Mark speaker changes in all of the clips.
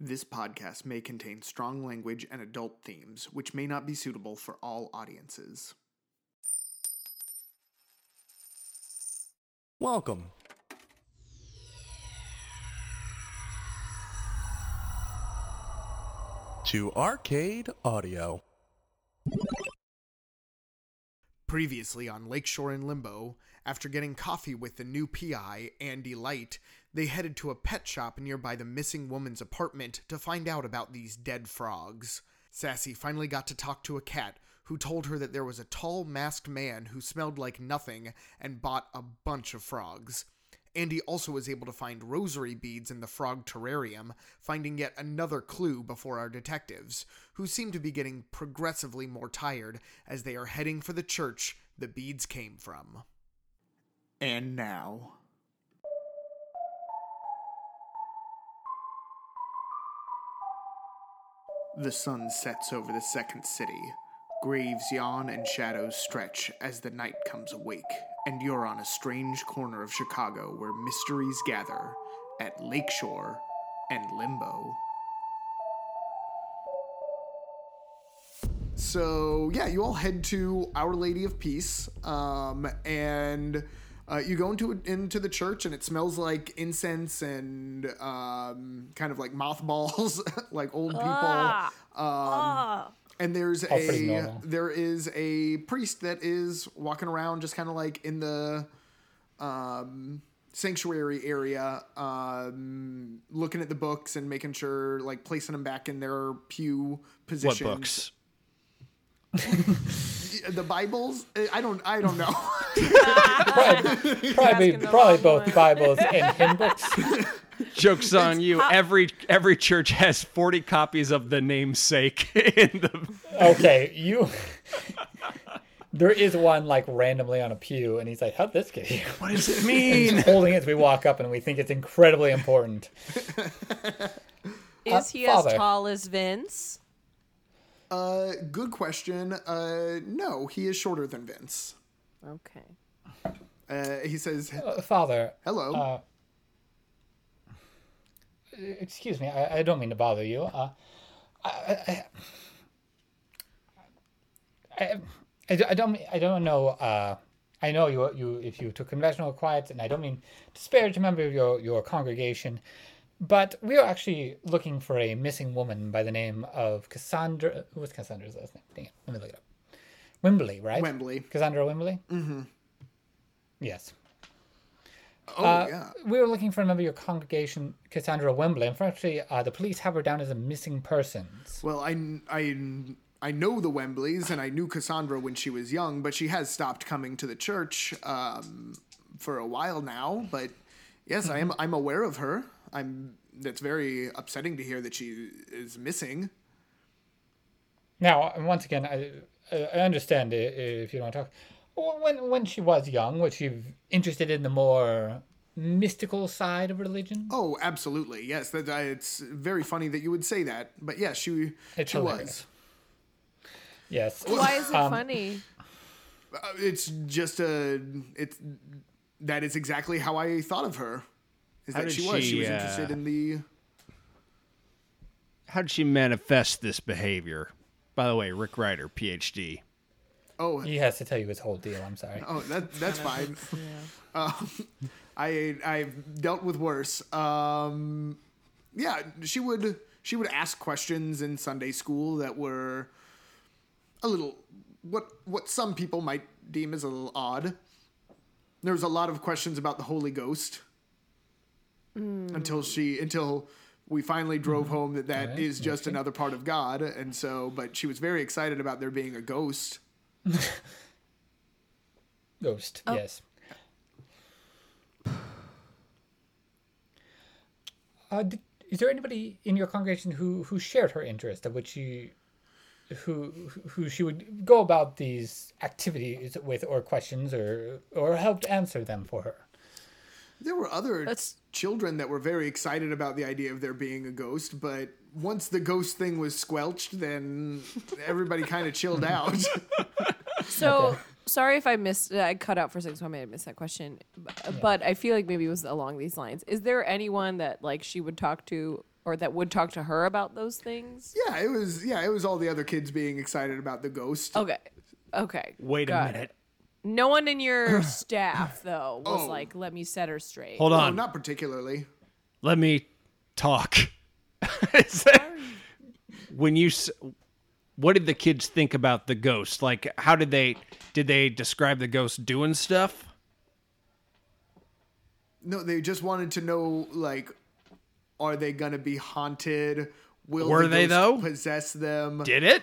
Speaker 1: This podcast may contain strong language and adult themes, which may not be suitable for all audiences.
Speaker 2: Welcome to Arcade Audio.
Speaker 1: Previously on Lakeshore in Limbo, after getting coffee with the new PI, Andy Light, they headed to a pet shop nearby the missing woman's apartment to find out about these dead frogs. Sassy finally got to talk to a cat who told her that there was a tall, masked man who smelled like nothing and bought a bunch of frogs. Andy also was able to find rosary beads in the frog terrarium, finding yet another clue before our detectives, who seem to be getting progressively more tired as they are heading for the church the beads came from. And now. The sun sets over the second city. Graves yawn and shadows stretch as the night comes awake, and you're on a strange corner of Chicago where mysteries gather at Lakeshore and Limbo. So, yeah, you all head to Our Lady of Peace, um, and uh, you go into into the church, and it smells like incense and um, kind of like mothballs, like old people.
Speaker 3: Ah.
Speaker 1: Um,
Speaker 3: Ah,
Speaker 1: and there's
Speaker 4: All pretty
Speaker 1: a
Speaker 4: normal.
Speaker 1: there is a priest that is walking around just kind of like in the um sanctuary area um looking at the books and making sure like placing them back in their pew
Speaker 5: What
Speaker 1: position
Speaker 5: books?
Speaker 1: the bibles Uh, i don't i don't know
Speaker 4: Probably, probably,
Speaker 3: asking the
Speaker 4: probably
Speaker 3: wrong
Speaker 4: both
Speaker 3: one.
Speaker 4: Bibles and hymn books.
Speaker 5: Jokes on you. Every every church has forty copies of the namesake in the.
Speaker 4: Okay, you. There is one like randomly on a pew, and he's like, "How'd this get here?"
Speaker 5: What does it mean?
Speaker 4: Holding it as we walk up, and we think it's incredibly important.
Speaker 3: is he as
Speaker 4: father.
Speaker 3: tall as Vince?
Speaker 1: uh good question uh no he is shorter than vince
Speaker 3: Okay.
Speaker 1: uh he says
Speaker 4: Uh, Father,
Speaker 1: hello
Speaker 4: Uh, excuse me, I, I don't mean to bother you. Uh, I, I, I, I, I don't, I don't know. Uh, I know you, you, if you took conventional quiets, and I don't mean to disparage a member of your, your congregation, but we are actually looking for a missing woman by the name of Cassandra. Who was Cassandra's last name? Dang it, let me look it up. Wembley, right?
Speaker 1: Wembley.
Speaker 4: Cassandra Wembley. Mm-hmm. Yes.
Speaker 1: oh
Speaker 4: Uh,
Speaker 1: yeah
Speaker 4: We were looking for a member of your congregation, Cassandra Wembley. Unfortunately, uh, the police have her down as a missing person.
Speaker 1: Well, I, I, I know the Wembleys, and I knew Cassandra when she was young, but she has stopped coming to the church um, for a while now. But yes, I am. I'm aware of her. I'm. That's very upsetting to hear that she is missing.
Speaker 4: Now, and once again, I, uh, I understand i- if you don't want to talk. When, when she was young, was she interested in the more mystical side of religion?
Speaker 1: Oh, absolutely. Yes, that I, it's very funny that you would say that. But yes, she
Speaker 4: It's
Speaker 1: she
Speaker 4: hilarious. Yes.
Speaker 3: Why is it
Speaker 4: Um,
Speaker 3: funny?
Speaker 1: was. Uh, It's just a. It's that is exactly how I thought of her. Is
Speaker 5: How
Speaker 1: that
Speaker 5: did
Speaker 1: she was? She,
Speaker 5: she,
Speaker 1: was
Speaker 5: uh,
Speaker 1: interested in the.
Speaker 5: How did she manifest this behavior? By the way, Rick Ryder, PhD.
Speaker 1: Oh,
Speaker 4: He has to tell you his whole deal. I'm sorry.
Speaker 1: Oh, that that's fine. Um, I I've dealt with worse. Um, yeah, she would she would ask questions in Sunday school that were a little what what some people might deem as a little odd. There was a lot of questions about the Holy Ghost until she until we finally drove home that that is just another part of God, and so but she was very excited about there being a ghost.
Speaker 4: Ghost. Yes. Uh, did, is there anybody in your congregation who who shared her interest, of which she, who who she would go about these activities with, or questions, or or helped answer them for her?
Speaker 1: There were other
Speaker 3: That's-
Speaker 1: children that were very excited about the idea of there being a ghost, but once the ghost thing was squelched, then everybody kind of chilled out.
Speaker 3: So sorry if I missed. I cut out for six. So I may have missed that question, B- but I feel like maybe it was along these lines. Is there anyone that like she would talk to or that would talk to her about those things?
Speaker 1: Yeah, it was. Yeah, it was all the other kids being excited about the ghost.
Speaker 3: Okay. Okay.
Speaker 5: Wait
Speaker 3: got
Speaker 5: a
Speaker 3: it.
Speaker 5: minute.
Speaker 3: No one in your staff though was
Speaker 1: Oh.
Speaker 3: like, "Let me set her straight."
Speaker 5: Hold
Speaker 1: No,
Speaker 5: on.
Speaker 1: not particularly.
Speaker 5: Let me talk. Is that- when you s- what did the kids think about the ghost? Like how did they did they describe the ghost doing stuff?
Speaker 1: No, they just wanted to know like, are they gonna be haunted? Will
Speaker 5: Were
Speaker 1: the
Speaker 5: they,
Speaker 1: ghost
Speaker 5: though?
Speaker 1: possess them?
Speaker 5: Did it?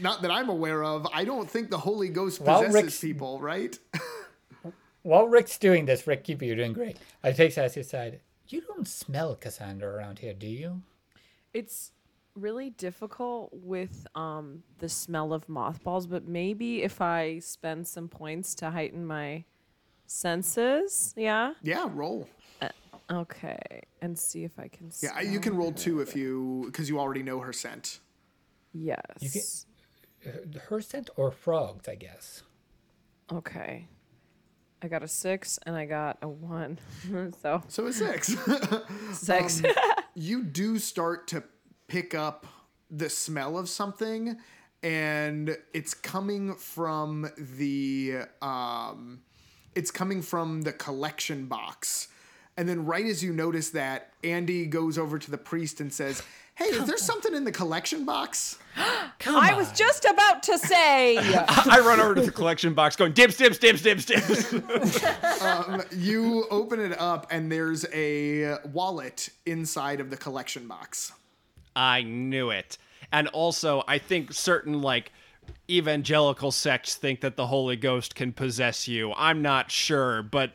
Speaker 1: Not that I'm aware of. I don't think the Holy Ghost
Speaker 4: Well,
Speaker 1: possesses
Speaker 4: Rick's-
Speaker 1: people, right?
Speaker 4: While Rick's doing this, Rick, keep it, you're doing great. I take that aside. You don't smell Cassandra around here, do you?
Speaker 3: It's really difficult with um the smell of mothballs, but maybe if I spend some points to heighten my senses, yeah.
Speaker 1: yeah, roll.
Speaker 3: Okay, and see if I can.
Speaker 1: Yeah, I-
Speaker 3: Smell.
Speaker 1: you can roll two if you because you already know her scent.
Speaker 3: Yes.
Speaker 4: Her scent or frogs, I guess.
Speaker 3: Okay. I got a six and I got a one, so
Speaker 1: So a six.
Speaker 3: six.
Speaker 1: you do start to pick up the smell of something, and it's coming from the um, it's coming from the collection box. And then, right as you notice that, Andy goes over to the priest and says, "Hey, is there something in the collection box?"
Speaker 3: I was just about to say.
Speaker 5: I run over to the collection box going dibs, dibs, dibs, dibs, dibs.
Speaker 1: You open it up, and there's a wallet inside of the collection box.
Speaker 5: I knew it. And also, I think certain like evangelical sects think that the Holy Ghost can possess you. I'm not sure, but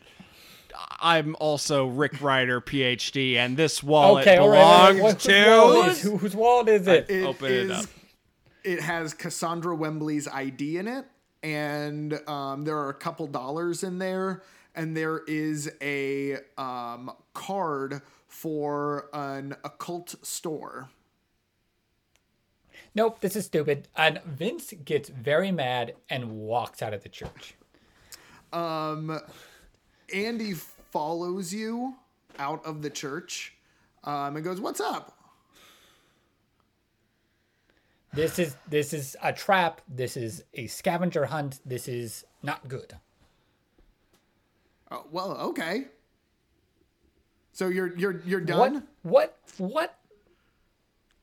Speaker 5: I'm also Rick Ryder, PhD, and this wallet
Speaker 4: okay, all right. all right.
Speaker 5: belongs
Speaker 4: What- whose wallet
Speaker 5: to.
Speaker 4: is- who- whose wallet is it?
Speaker 1: It
Speaker 5: Open it up.
Speaker 1: It has Cassandra Wembley's ID in it, and um, there are a couple dollars in there, and there is a um, card for an occult store.
Speaker 4: Nope, this is stupid. And Vince gets very mad and walks out of the church.
Speaker 1: Andy follows you out of the church um, and goes, "What's up?"
Speaker 4: This is this is a trap. This is a scavenger hunt. This is not good.
Speaker 1: Uh, well, okay. So you're you're you're done.
Speaker 4: What? What? What?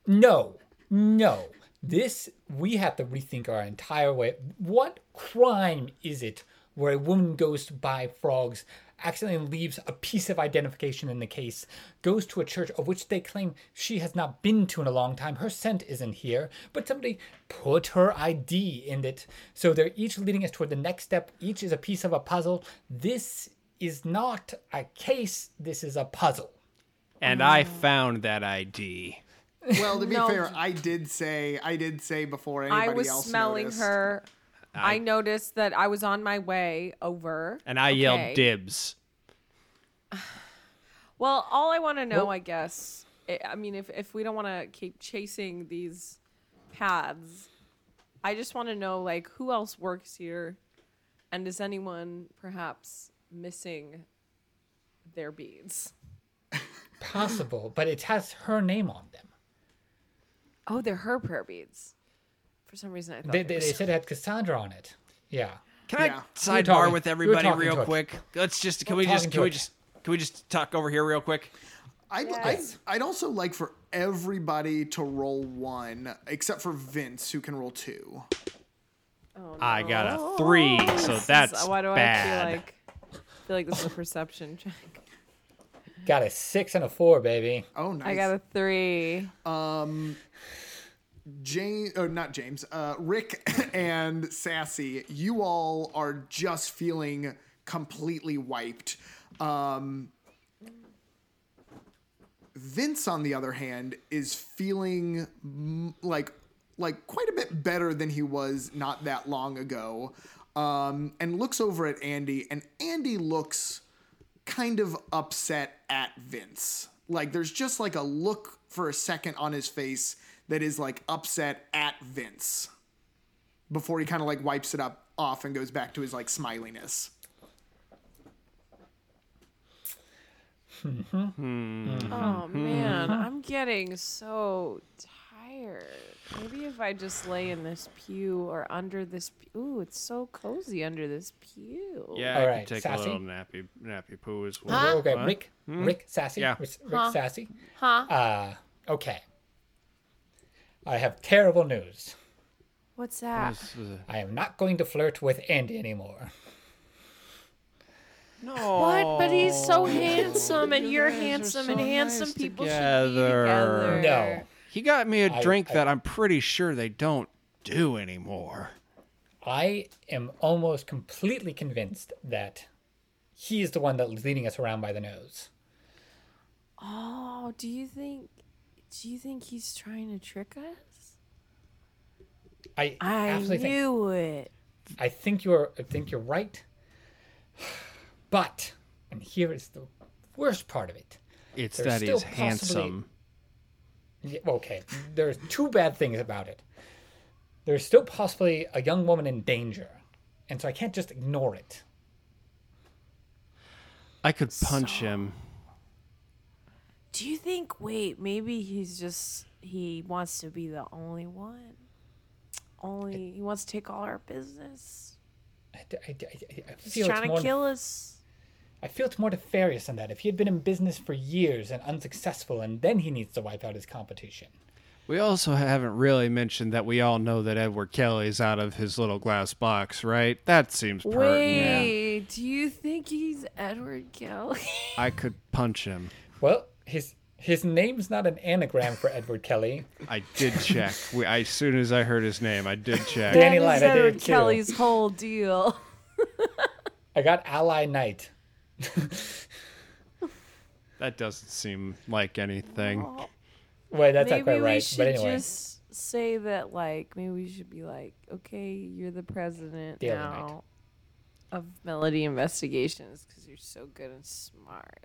Speaker 4: No, no. This we have to rethink our entire way. What crime is it where a woman goes to buy frogs, accidentally leaves a piece of identification in the case, goes to a church of which they claim she has not been to in a long time, her scent isn't here, but somebody put her ID in it. So they're each leading us toward the next step. Each is a piece of a puzzle. This is not a case. This is a puzzle.
Speaker 5: And I found that ID.
Speaker 1: Well, to be
Speaker 3: No.
Speaker 1: fair, I did say I did say before anybody
Speaker 3: I was
Speaker 1: else
Speaker 3: smelling
Speaker 1: noticed.
Speaker 3: her. I, noticed that I was on my way over.
Speaker 5: And I
Speaker 3: Okay.
Speaker 5: yelled dibs.
Speaker 3: Well, all I want to know, I guess, I I mean, if, if we don't want to keep chasing these paths, I just want to know, like, who else works here? And is anyone perhaps missing their beads?
Speaker 4: possible, but it has her name on them.
Speaker 3: Oh, they're her prayer beads. For some reason, I thought
Speaker 4: They,
Speaker 3: they
Speaker 4: they,
Speaker 3: were-
Speaker 4: they said it had Cassandra on it. Yeah.
Speaker 1: Yeah.
Speaker 5: Can I
Speaker 4: You're
Speaker 5: sidebar
Speaker 4: talking-
Speaker 5: with
Speaker 4: you're
Speaker 5: everybody
Speaker 4: talking
Speaker 5: real
Speaker 4: to it.
Speaker 5: quick? Let's just can
Speaker 4: We're
Speaker 5: we
Speaker 4: talking
Speaker 5: just
Speaker 4: to
Speaker 5: can we
Speaker 4: it.
Speaker 5: just can we just talk over here real quick?
Speaker 1: I'd, I'd, I'd also like for everybody to roll one, except for Vince, who can roll two.
Speaker 5: I got a three, so that's
Speaker 3: So Oh, why do
Speaker 5: bad.
Speaker 3: I feel like feel like this is a perception check?
Speaker 4: Got a six and a four, baby.
Speaker 1: Oh, nice.
Speaker 3: I got a three.
Speaker 1: James, or not James, uh, Rick and Sassy, you all are just feeling completely wiped. Um, Vince, on the other hand, is feeling mm, like like quite a bit better than he was not that long ago, um, and looks over at Andy, and Andy looks kind of upset at Vince. Like there's just like a look for a second on his face that is like upset at Vince before he kind of like wipes it up off and goes back to his like smiliness.
Speaker 3: Oh man, I'm getting so tired. Maybe if I just lay in this pew or under this pew. Ooh, it's so cozy under this pew.
Speaker 5: Yeah,
Speaker 4: All
Speaker 5: I
Speaker 4: right,
Speaker 5: could take
Speaker 4: Sassy?
Speaker 5: a little nappy nappy poo as well.
Speaker 4: We're okay,
Speaker 5: Huh?
Speaker 4: Rick, Rick Sassy,
Speaker 5: Yeah.
Speaker 4: Rick, Rick Sassy.
Speaker 3: Huh?
Speaker 4: Uh, okay. I have terrible news.
Speaker 3: What's that?
Speaker 5: This is a-
Speaker 4: I am not going to flirt with Andy anymore.
Speaker 5: No.
Speaker 3: What? But he's so handsome, and you're handsome, and handsome people should be together.
Speaker 4: No,
Speaker 5: He got me a
Speaker 4: I-
Speaker 5: drink
Speaker 4: I-
Speaker 5: that I'm pretty sure they don't do anymore.
Speaker 4: I am almost completely convinced that he is the one that's leading us around by the nose.
Speaker 3: Oh, do you think? Do you think he's trying to trick us?
Speaker 4: I,
Speaker 3: I
Speaker 4: absolutely think,
Speaker 3: knew it.
Speaker 4: I think you're I think you're right. But and here is the worst part of it.
Speaker 5: It's
Speaker 4: There's
Speaker 5: that
Speaker 4: still
Speaker 5: he's handsome.
Speaker 4: Yeah, Okay, there's two bad things about it. There's still possibly a young woman in danger, and so I can't just ignore it.
Speaker 5: I could punch him.
Speaker 3: Do you think? Wait, maybe he's just he wants to be the only one. Only he wants to take all our business.
Speaker 4: I, d- I d- I d- I
Speaker 3: He's
Speaker 4: feel it's
Speaker 3: trying
Speaker 4: more.
Speaker 3: to kill us.
Speaker 4: I feel it's more nefarious than that. If he had been in business for years and unsuccessful, and then he needs to wipe out his competition.
Speaker 5: We also haven't really mentioned that we all know that Edward Kelly's out of his little glass box, right? That seems pertinent.
Speaker 3: Wait, do you think he's Edward Kelly?
Speaker 5: I could punch him.
Speaker 4: Well, his his name's not an anagram for Edward Kelly.
Speaker 5: I did check. We, I, as soon as I heard his name, I did check.
Speaker 4: Danny
Speaker 3: That is
Speaker 4: Lyte, I did
Speaker 3: Edward
Speaker 4: it too.
Speaker 3: Kelly's whole deal.
Speaker 4: I got Ally Knight.
Speaker 5: That doesn't seem like anything.
Speaker 4: Wait, that's
Speaker 3: maybe
Speaker 4: not quite
Speaker 3: we
Speaker 4: right.
Speaker 3: should
Speaker 4: But anyway,
Speaker 3: just say that, like, maybe we should be like, okay, you're the president
Speaker 4: Daily
Speaker 3: now
Speaker 4: Knight.
Speaker 3: of Melody Investigations because you're so good and smart.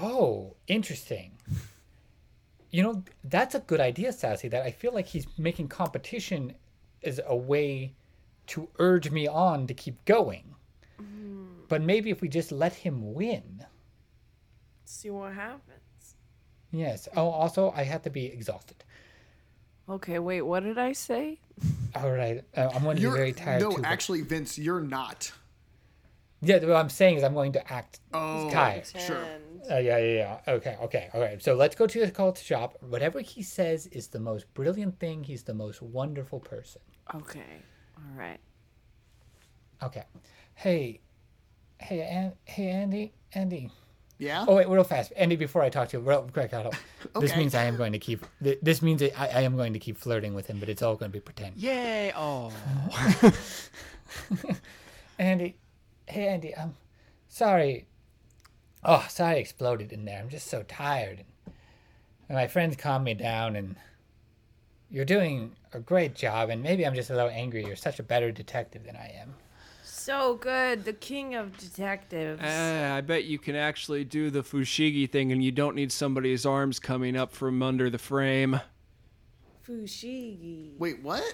Speaker 4: oh, interesting. You know, that's a good idea, Sassy. That I feel like he's making competition as a way to urge me on to keep going.
Speaker 3: Mm-hmm.
Speaker 4: But maybe if we just let him win.
Speaker 3: See what happens.
Speaker 4: Yes. Oh, also, I had to be exhausted.
Speaker 3: Okay, wait, what did I say?
Speaker 4: All right, uh, I'm going to be
Speaker 1: You're
Speaker 4: very tired
Speaker 1: no,
Speaker 4: too. but-
Speaker 1: actually, Vince, you're not.
Speaker 4: yeah, what I'm saying is I'm going to act
Speaker 1: Oh,
Speaker 4: tired.
Speaker 1: sure.
Speaker 4: Uh, yeah, yeah, yeah. Okay, okay, all right. So let's go to the cult shop. Whatever he says is the most brilliant thing. He's the most wonderful person.
Speaker 3: Okay, all right.
Speaker 4: Okay. Hey, hey, An- hey, Andy, Andy.
Speaker 1: Yeah.
Speaker 4: Oh wait, real fast, Andy. Before I talk to you, real quick. I don't, This
Speaker 1: Okay.
Speaker 4: means I am going to keep. th- This means I, I am going to keep flirting with him, but it's all going to be pretend.
Speaker 5: Yay! Oh.
Speaker 4: Andy, hey Andy, I'm sorry. Oh, sorry, I exploded in there. I'm just so tired. And my friends calmed me down, and you're doing a great job. And maybe I'm just a little angry. You're such a better detective than I am.
Speaker 3: So good, the king of detectives.
Speaker 5: Eh, I bet you can actually do the Fushigi thing and you don't need somebody's arms coming up from under the frame.
Speaker 3: Fushigi.
Speaker 1: Wait, what?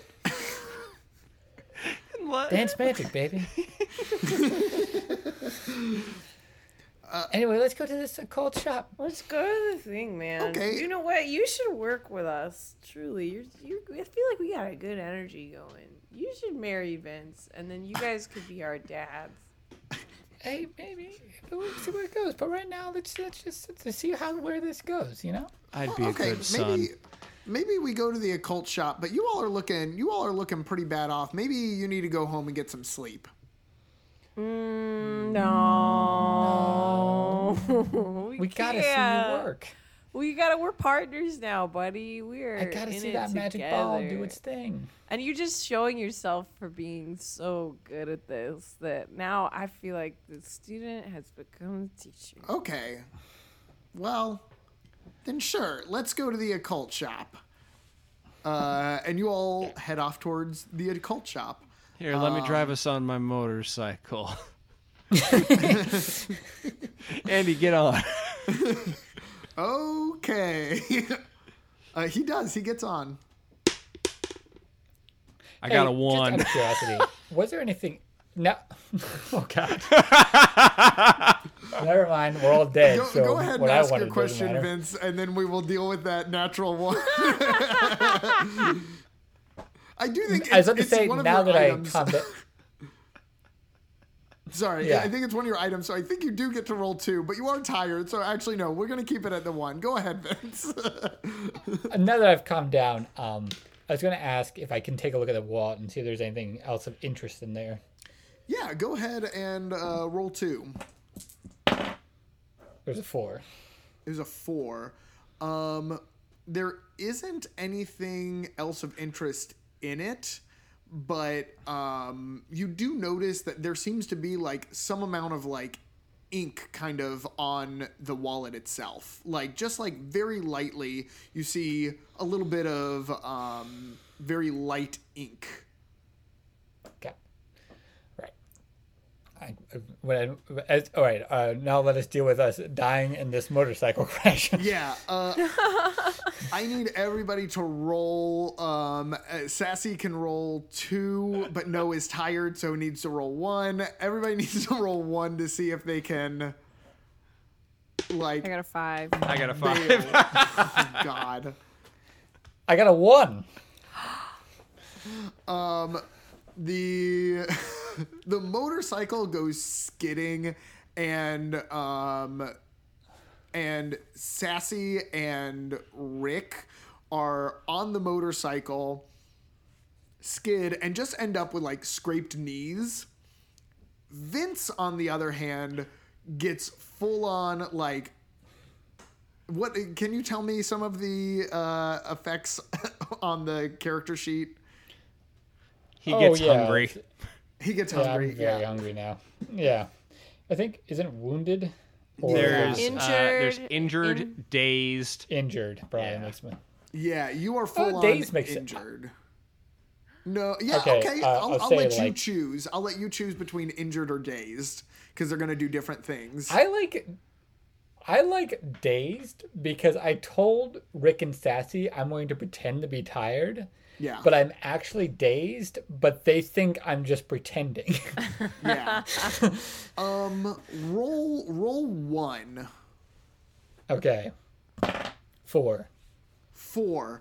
Speaker 4: Dance magic, baby. anyway, let's go to this occult shop.
Speaker 3: Let's go to the thing, man.
Speaker 1: Okay.
Speaker 3: You know what? You should work with us. Truly, you're, you're. I feel like we got a good energy going. You should marry Vince, and then you guys could be our dads.
Speaker 4: Hey, maybe we'll see where it goes. But right now, let's let's just let's see how where this goes. You know.
Speaker 5: I'd be a
Speaker 1: okay,
Speaker 5: good son.
Speaker 1: maybe maybe we go to the occult shop, but you all are looking you all are looking pretty bad off. Maybe you need to go home and get some sleep.
Speaker 4: Mm,
Speaker 3: No. we
Speaker 4: We gotta see
Speaker 3: can't.
Speaker 4: you work.
Speaker 3: We gotta. We're partners now, buddy. We're.
Speaker 4: I gotta
Speaker 3: in
Speaker 4: see
Speaker 3: it
Speaker 4: that magic ball do
Speaker 3: together.
Speaker 4: its thing.
Speaker 3: And you're just showing yourself for being so good at this that now I feel like the student has become the teacher.
Speaker 1: Okay. Well, then sure, let's go to the occult shop. Uh, and you all head off towards the occult shop.
Speaker 5: Here, let me drive us on my motorcycle. Andy, get on.
Speaker 1: Okay. uh, he does. He gets on.
Speaker 5: I got a
Speaker 4: Hey,
Speaker 5: one.
Speaker 4: Just out of curiosity, was there anything? No. oh God. Never mind, we're all dead.
Speaker 1: Go,
Speaker 4: so
Speaker 1: go ahead and
Speaker 4: what I
Speaker 1: ask
Speaker 4: wanted
Speaker 1: your
Speaker 4: doesn't
Speaker 1: question,
Speaker 4: matter.
Speaker 1: Vince, and then we will deal with that natural one. I do think it's,
Speaker 4: I was about to
Speaker 1: it's
Speaker 4: say
Speaker 1: one of
Speaker 4: now
Speaker 1: your
Speaker 4: that
Speaker 1: items.
Speaker 4: I calmed it.
Speaker 1: Sorry,
Speaker 4: Yeah.
Speaker 1: I think it's one of your items, so I think you do get to roll two, but you are tired, so actually no, we're gonna keep it at the one. Go ahead, Vince.
Speaker 4: now that I've calmed down, um, I was going to ask if I can take a look at the wallet and see if there's anything else of interest in there.
Speaker 1: yeah, go ahead and uh, roll two.
Speaker 4: There's a four.
Speaker 1: It was a four. Um, there isn't anything else of interest in it, but um, you do notice that there seems to be like some amount of like ink kind of on the wallet itself. Like just like very lightly, you see a little bit of um, very light ink.
Speaker 4: Okay. Right. I, when I, as, all right. Uh, now let us deal with us dying in this motorcycle crash.
Speaker 1: Yeah. Uh, I need everybody to roll. Um, uh, Sassy can roll two, but No is tired, so needs to roll one. Everybody needs to roll one to see if they can, like,
Speaker 3: I got a five.
Speaker 5: I got a five.
Speaker 1: fail. Oh, God.
Speaker 4: I got a one.
Speaker 1: the the motorcycle goes skidding and um and sassy and rick are on the motorcycle skid and just end up with like scraped knees vince on the other hand gets full on like what can you tell me some of the uh, effects on the character sheet
Speaker 5: He
Speaker 4: Oh,
Speaker 5: gets
Speaker 4: yeah.
Speaker 5: hungry.
Speaker 1: he gets
Speaker 4: Yeah,
Speaker 1: hungry
Speaker 4: I'm very
Speaker 1: yeah.
Speaker 4: hungry now. Yeah. I think isn't it wounded or
Speaker 5: There's
Speaker 3: Injured,
Speaker 5: uh, there's injured,
Speaker 3: in-
Speaker 5: dazed.
Speaker 4: injured? Brian
Speaker 5: Yeah.
Speaker 4: makes me.
Speaker 1: Yeah, you are full on
Speaker 4: days makes it-
Speaker 1: injured. No, yeah, okay.
Speaker 4: Okay, uh,
Speaker 1: I'll,
Speaker 4: I'll
Speaker 1: I'll
Speaker 4: say,
Speaker 1: let you
Speaker 4: like-
Speaker 1: choose. I'll let you choose between injured or dazed because they're gonna do different things.
Speaker 4: I like I like dazed because I told Rick and Sassy I'm going to pretend to be tired,
Speaker 1: yeah,
Speaker 4: but I'm actually dazed, but they think I'm just pretending.
Speaker 1: yeah. um, roll, roll one,
Speaker 4: okay. Four.
Speaker 1: four.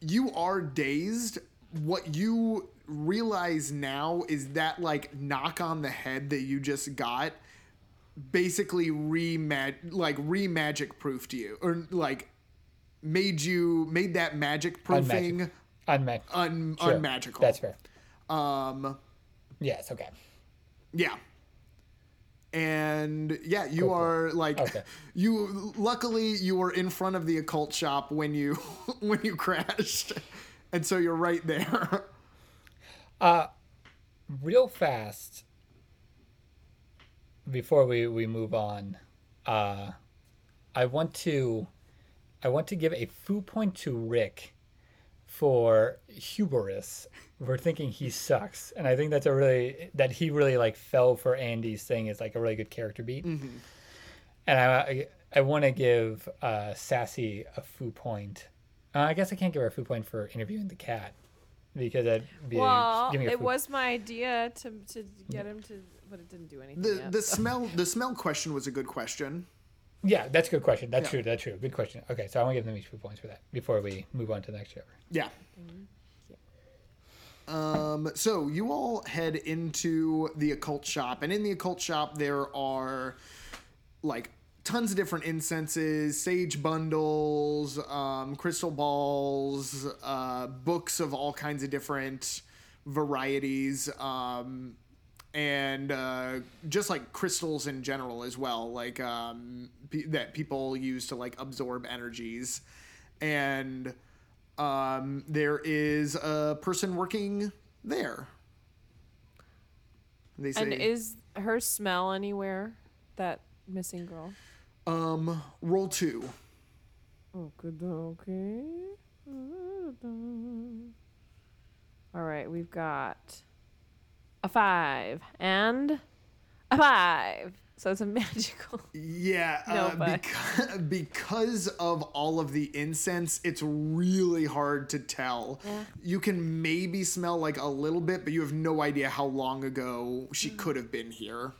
Speaker 1: You are dazed. What you realize now is that like knock on the head that you just got basically re like re magic proofed you or like made you made that magic proofing
Speaker 4: Unmet.
Speaker 1: un,
Speaker 4: Sure,
Speaker 1: unmagical.
Speaker 4: That's fair.
Speaker 1: Um,
Speaker 4: Yes, okay.
Speaker 1: yeah. And yeah, you are like
Speaker 4: Okay.
Speaker 1: you. Luckily, you were in front of the occult shop when you when you crashed, and so you're right there.
Speaker 4: Uh, Real fast before we, we move on, uh I want to I want to give a foo point to Rick for hubris for thinking he sucks. And I think that's a really that he really like fell for Andy's thing is like a really good character beat. And I I, I want to give uh Sassy a foo point. Uh, I guess I can't give her a foo point for interviewing the cat because that'd be
Speaker 3: Well,
Speaker 4: giving a
Speaker 3: it
Speaker 4: foo-
Speaker 3: was my idea to to get him to, but it didn't do anything.
Speaker 1: The
Speaker 3: yet.
Speaker 1: the smell the smell question was a good question.
Speaker 4: Yeah, that's a good question. That's true. That's true. Good question. Okay, so I want to give them each two points for that before we move on to the next chapter.
Speaker 1: Yeah. Um, so you all head into the occult shop, and in the occult shop there are like tons of different incenses, sage bundles, um, crystal balls, uh, books of all kinds of different varieties, um, and uh, just like crystals in general as well, like um, pe that people use to like absorb energies, and um, there is a person working there. They say,
Speaker 3: and is her smell anywhere? That missing girl.
Speaker 1: um, roll two.
Speaker 3: Okay, okay. All right, we've got a five and a five. So it's a magical.
Speaker 1: Yeah,
Speaker 3: No,
Speaker 1: uh,
Speaker 3: but-
Speaker 1: because, because of all of the incense, it's really hard to tell. You can maybe smell like a little bit, but you have no idea how long ago she could have been here.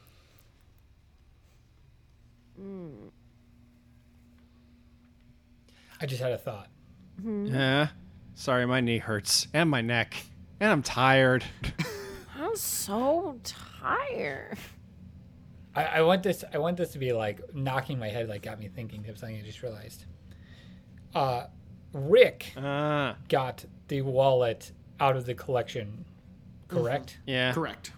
Speaker 4: I just had a thought.
Speaker 5: Yeah. Sorry, my knee hurts and my neck, and I'm tired.
Speaker 3: I'm so tired.
Speaker 4: I, I want this. I want this to be like knocking my head, like got me thinking of something I just realized. Uh, Rick
Speaker 3: Uh-huh.
Speaker 5: Uh,
Speaker 4: got the wallet out of the collection,
Speaker 3: Mm-hmm.
Speaker 4: correct?
Speaker 5: yeah.
Speaker 1: Correct.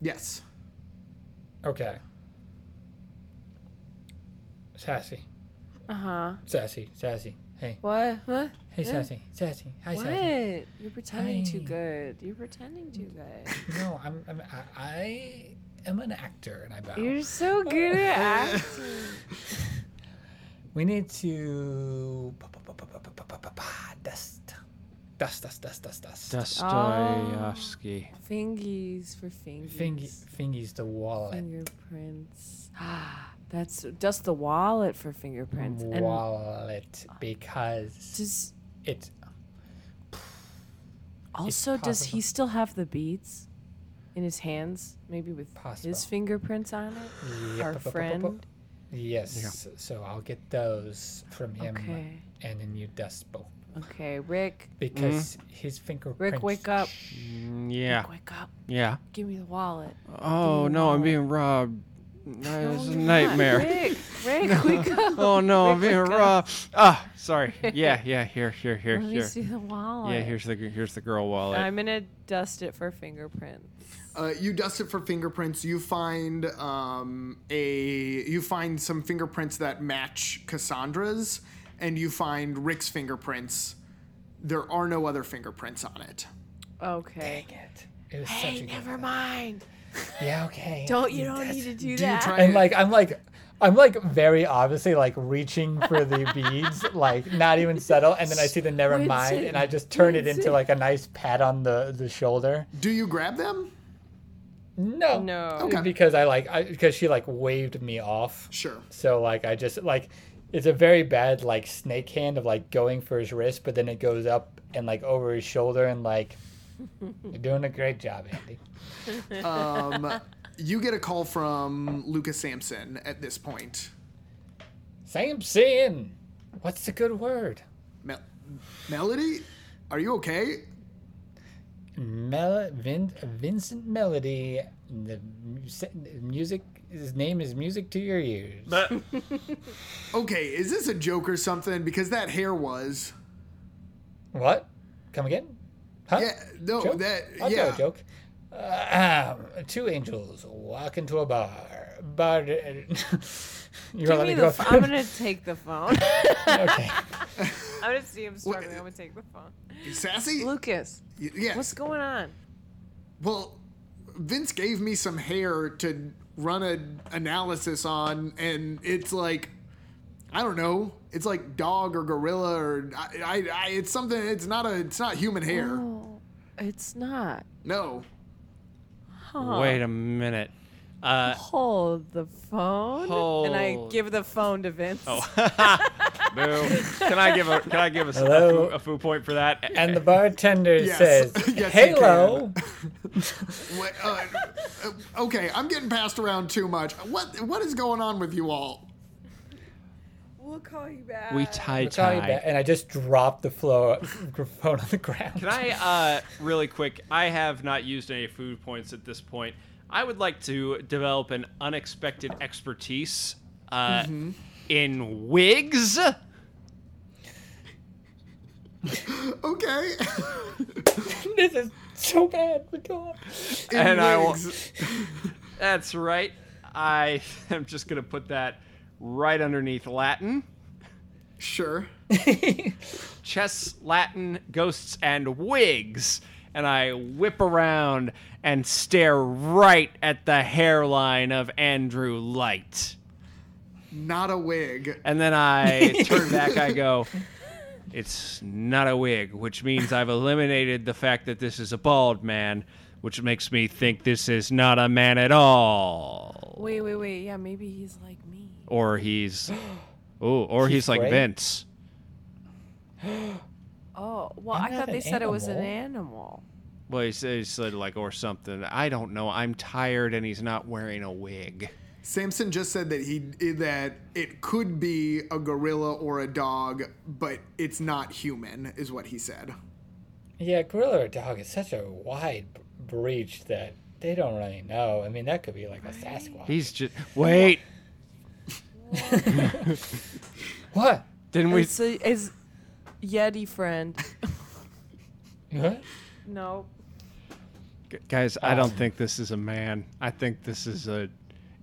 Speaker 1: Yes.
Speaker 4: Okay. Sassy,
Speaker 3: Uh huh.
Speaker 4: sassy, sassy. Hey,
Speaker 3: What? Huh?
Speaker 4: hey, sassy, sassy. Hi,
Speaker 3: What?
Speaker 4: sassy.
Speaker 3: You're pretending too
Speaker 4: Hey.
Speaker 3: good. You're pretending too good.
Speaker 4: No, I'm. I'm I, I am an actor, and I bow.
Speaker 3: You're so good at acting.
Speaker 4: We need to pa- pa- pa- pa- pa- pa- pa- pa- pa- dust, dust, dust, dust, dust, dust.
Speaker 5: Dostoevsky.
Speaker 3: Fingies for fingies.
Speaker 4: Fingy, fingies the wallet.
Speaker 3: Fingerprints. Ah, that's that's the wallet for fingerprints. And
Speaker 4: Wallet, because
Speaker 3: does
Speaker 4: it.
Speaker 3: also does he
Speaker 4: possible.
Speaker 3: still have the beads in his hands? Maybe with
Speaker 4: Possible.
Speaker 3: his fingerprints on it.
Speaker 4: Yep,
Speaker 3: Our
Speaker 4: up, up, up, up, up.
Speaker 3: friend.
Speaker 4: Yes. So I'll get those from him,
Speaker 3: Okay.
Speaker 4: and then you dust both
Speaker 3: Okay, Rick.
Speaker 4: because his fingerprints.
Speaker 3: Rick, wake up.
Speaker 5: Yeah.
Speaker 3: Rick, wake up.
Speaker 5: Yeah.
Speaker 3: Give me the wallet. Oh
Speaker 5: Oh no, I'm being robbed. No, This is a nightmare.
Speaker 3: Rick, Rick, wake up.
Speaker 5: Oh no, I'm being
Speaker 3: wake up.
Speaker 5: robbed. Ah, sorry. Yeah, yeah. Here, here, here,
Speaker 3: Let me
Speaker 5: here.
Speaker 3: see the wallet.
Speaker 5: Yeah, here's the here's the girl wallet.
Speaker 3: I'm gonna dust it for fingerprints.
Speaker 1: Uh, you dust it for fingerprints. You find um, a you find some fingerprints that match Cassandra's, and you find Rick's fingerprints. There are no other fingerprints on it.
Speaker 3: Okay.
Speaker 4: It. It was such
Speaker 3: Hey,
Speaker 4: a good.
Speaker 3: never mind.
Speaker 4: Yeah. Okay.
Speaker 3: Don't you don't need to do,
Speaker 1: Do you
Speaker 3: that.
Speaker 1: try
Speaker 4: and like I'm like I'm like very obviously like reaching for the beads, like not even subtle, and then I see the never mind, and I just turn it into like a nice pat on the the shoulder.
Speaker 1: Do you grab them?
Speaker 4: No,
Speaker 3: No.
Speaker 1: Okay.
Speaker 4: because I like I, because she like waved me off,
Speaker 1: Sure.
Speaker 4: so like I just like it's a very bad like snake hand of like going for his wrist, but then it goes up and like over his shoulder and like you're doing a great job, Andy.
Speaker 1: Um, you get a call from Lucas Sampson at this point.
Speaker 4: Samson, what's the good word?
Speaker 1: Mel- Melody, are you okay?
Speaker 4: Mel- Vin- Vincent Melody. The mus- music. His name is music to your ears.
Speaker 1: Okay, is this a joke or something? Because that hair was.
Speaker 4: what? Come again? Huh?
Speaker 1: Yeah, no,
Speaker 4: Uh, Joke?
Speaker 1: that
Speaker 4: I'll tell
Speaker 1: yeah.
Speaker 4: a joke. Uh, ahem. two angels walk into a bar. Bar. You're
Speaker 3: Give me the ph- I'm gonna take the phone.
Speaker 4: okay.
Speaker 3: I'm gonna see him struggling. I'm gonna take the phone.
Speaker 1: Sassy?
Speaker 3: Lucas,
Speaker 1: Y- yes.
Speaker 3: what's going on?
Speaker 1: Well, Vince gave me some hair to run an analysis on, and it's like, I don't know, it's like dog or gorilla or I, I, I it's something. It's not a, it's not human hair.
Speaker 3: Oh, it's not.
Speaker 1: No.
Speaker 3: Huh.
Speaker 5: Wait a minute. Uh,
Speaker 3: Hold the phone. And I
Speaker 5: Hold.
Speaker 3: give the phone to Vince. Oh.
Speaker 5: boo. Can I give a Can I give us a,
Speaker 4: Hello?
Speaker 5: foo- a foo point for that?
Speaker 4: And the bartender
Speaker 1: Yes.
Speaker 4: says,
Speaker 1: Yes, you
Speaker 4: "Halo."
Speaker 1: Wait, uh, uh, okay, I'm getting passed around too much. What, what is going on with you all?
Speaker 3: We'll call you back.
Speaker 5: we tie
Speaker 4: Sorry,
Speaker 5: tie.
Speaker 4: ba- and I just dropped the floor, phone on the ground.
Speaker 5: Can I, uh, really quick? I have not used any food points at this point. I would like to develop an unexpected expertise uh, in wigs.
Speaker 1: Okay.
Speaker 4: This is so bad. We're gone.
Speaker 5: And I will-
Speaker 1: Wigs.
Speaker 5: That's right. I am just going to put that right underneath Latin.
Speaker 1: Sure.
Speaker 5: Chess, Latin, ghosts, and wigs. And I whip around and stare right at the hairline of Andrew Light.
Speaker 1: Not a wig.
Speaker 5: And then I turn back, I go, it's not a wig, which means I've eliminated the fact that this is a bald man, which makes me think this is not a man at all.
Speaker 3: Wait, wait, wait. Yeah, maybe he's like me.
Speaker 5: Or he's, oh, or he's,
Speaker 4: He's
Speaker 5: like
Speaker 4: gray?
Speaker 5: Vince.
Speaker 3: Oh, well,
Speaker 4: I'm
Speaker 3: I
Speaker 4: not
Speaker 3: Oh, thought they
Speaker 4: an
Speaker 3: said it was an
Speaker 4: animal.
Speaker 3: animal.
Speaker 5: Well, he said, he said like or something. I don't know. I'm tired, and he's not wearing a wig.
Speaker 1: Samson just said that he that it could be a gorilla or a dog, but it's not human, is what he said.
Speaker 4: Yeah, gorilla or dog is such a wide b- breach that they don't really know. I mean, that could be like a Sasquatch.
Speaker 5: He's just wait.
Speaker 4: What?
Speaker 5: Didn't we?
Speaker 3: It's a, is Yeti friend.
Speaker 4: What?
Speaker 3: no.
Speaker 5: Guys, I
Speaker 4: Oh.
Speaker 5: don't think this is a man. I think this is a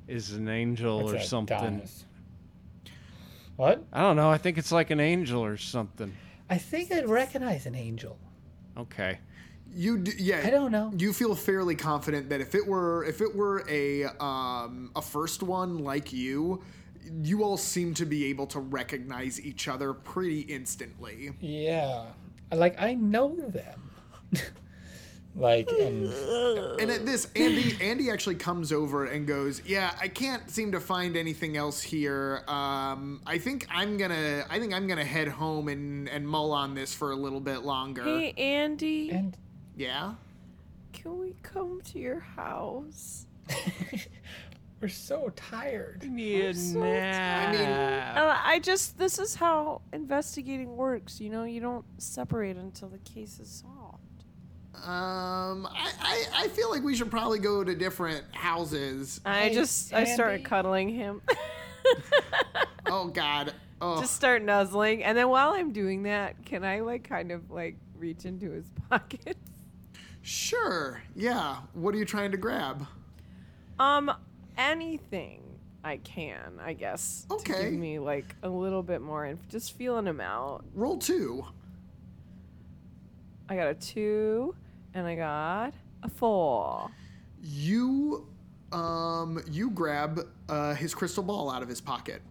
Speaker 5: is an angel
Speaker 4: It's
Speaker 5: or
Speaker 4: a
Speaker 5: something.
Speaker 4: Adonis. What?
Speaker 5: I don't know. I think it's like an angel or something.
Speaker 4: I think I'd recognize an angel.
Speaker 5: Okay.
Speaker 1: You d- yeah.
Speaker 4: I don't know.
Speaker 1: You feel fairly confident that if it were if it were a um, a first one like you, you all seem to be able to recognize each other pretty instantly.
Speaker 4: Yeah. Like I know them. like and
Speaker 1: And at this, Andy Andy actually comes over and goes, "Yeah, I can't seem to find anything else here. Um, I think I'm gonna I think I'm gonna head home and and mull on this for a little bit longer.
Speaker 3: Hey, Andy,
Speaker 4: and
Speaker 1: Yeah."
Speaker 3: can we come to your house?
Speaker 4: we're so tired.
Speaker 5: I
Speaker 3: Uh, I just, this is how investigating works. You know, you don't separate until the case is solved.
Speaker 1: Um, I, I, I feel like we should probably go to different houses.
Speaker 3: I
Speaker 4: Hey,
Speaker 3: just, I started
Speaker 4: Andy.
Speaker 3: cuddling him.
Speaker 1: Oh God. Oh.
Speaker 3: just start nuzzling. And then while I'm doing that, can I, like, kind of, like, reach into his pockets?
Speaker 1: Sure. Yeah. What are you trying to grab?
Speaker 3: Um, anything I can, I guess. To
Speaker 1: Okay.
Speaker 3: give me like a little bit more, and just feeling him out.
Speaker 1: Roll two.
Speaker 3: I got a two, and I got a four.
Speaker 1: You, um, you grab uh, his crystal ball out of his pocket.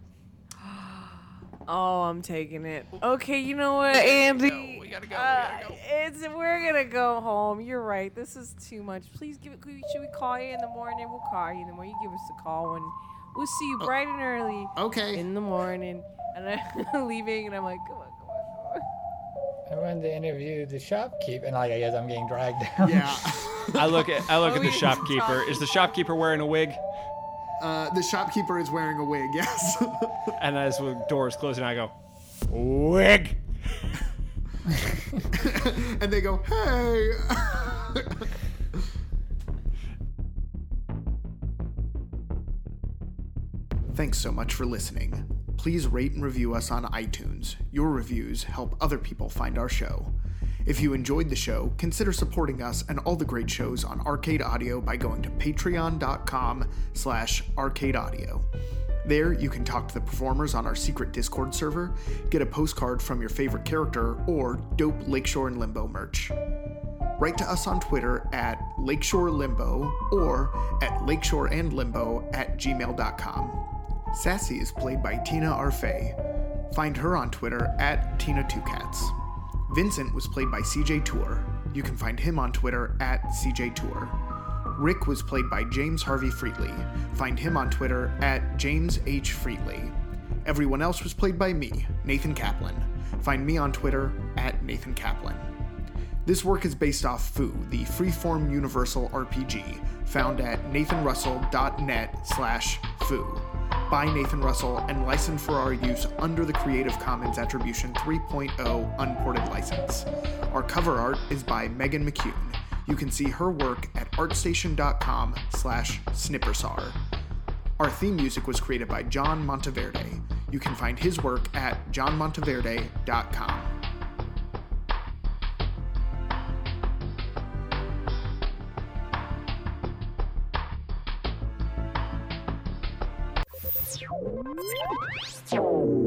Speaker 3: Oh, I'm taking it. Okay, you know what, Andy? we gotta go. It's we're gonna go home. You're right. This is too much. Please give it. could we- Should we call you in the morning? We'll call you in the morning. You give us a call when we'll see you bright and early
Speaker 1: Okay.
Speaker 3: in the morning. And I'm leaving, and I'm like, come on, come on, come on.
Speaker 4: I went to interview the shopkeep and like I guess I'm getting dragged down.
Speaker 1: Yeah.
Speaker 5: I look at I look
Speaker 3: Are
Speaker 5: at
Speaker 3: we
Speaker 5: the shopkeeper. Is the shopkeeper wearing a wig?
Speaker 1: Uh, the shopkeeper is wearing a wig. Yes.
Speaker 5: And as the door is closing, I go, wig.
Speaker 1: and they go, hey. Thanks so much for listening. Please rate and review us on iTunes. Your reviews help other people find our show. If you enjoyed the show, consider supporting us and all the great shows on Arcade Audio by going to patreon.com slash arcadeaudio. There, you can talk to the performers on our secret Discord server, get a postcard from your favorite character, or dope Lakeshore and Limbo merch write to us on Twitter at Lakeshore Limbo or at lakeshoreandlimbo at gmail.com. Sassy is played by Tina Arfey. Find her on Twitter at Tina2Cats. Vincent was played by CJ Tour. You can find him on Twitter at CJ Tour. Rick was played by James Harvey Freetley. Find him on Twitter at James H. Freetley. Everyone else was played by me, Nathan Kaplan. Find me on Twitter at Nathan Kaplan. This work is based off Foo, the freeform universal RPG, found at nathanrussell.net slash foo, by Nathan Russell and licensed for our use under the Creative Commons Attribution 3.0 unported license. Our cover art is by Megan McCune. You can see her work at artstation.com slash snippersar. Our theme music was created by John Monteverde. You can find his work at johnmonteverde.com.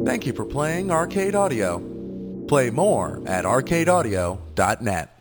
Speaker 2: Thank you for playing Arcade Audio. Play more at arcadeaudio.net.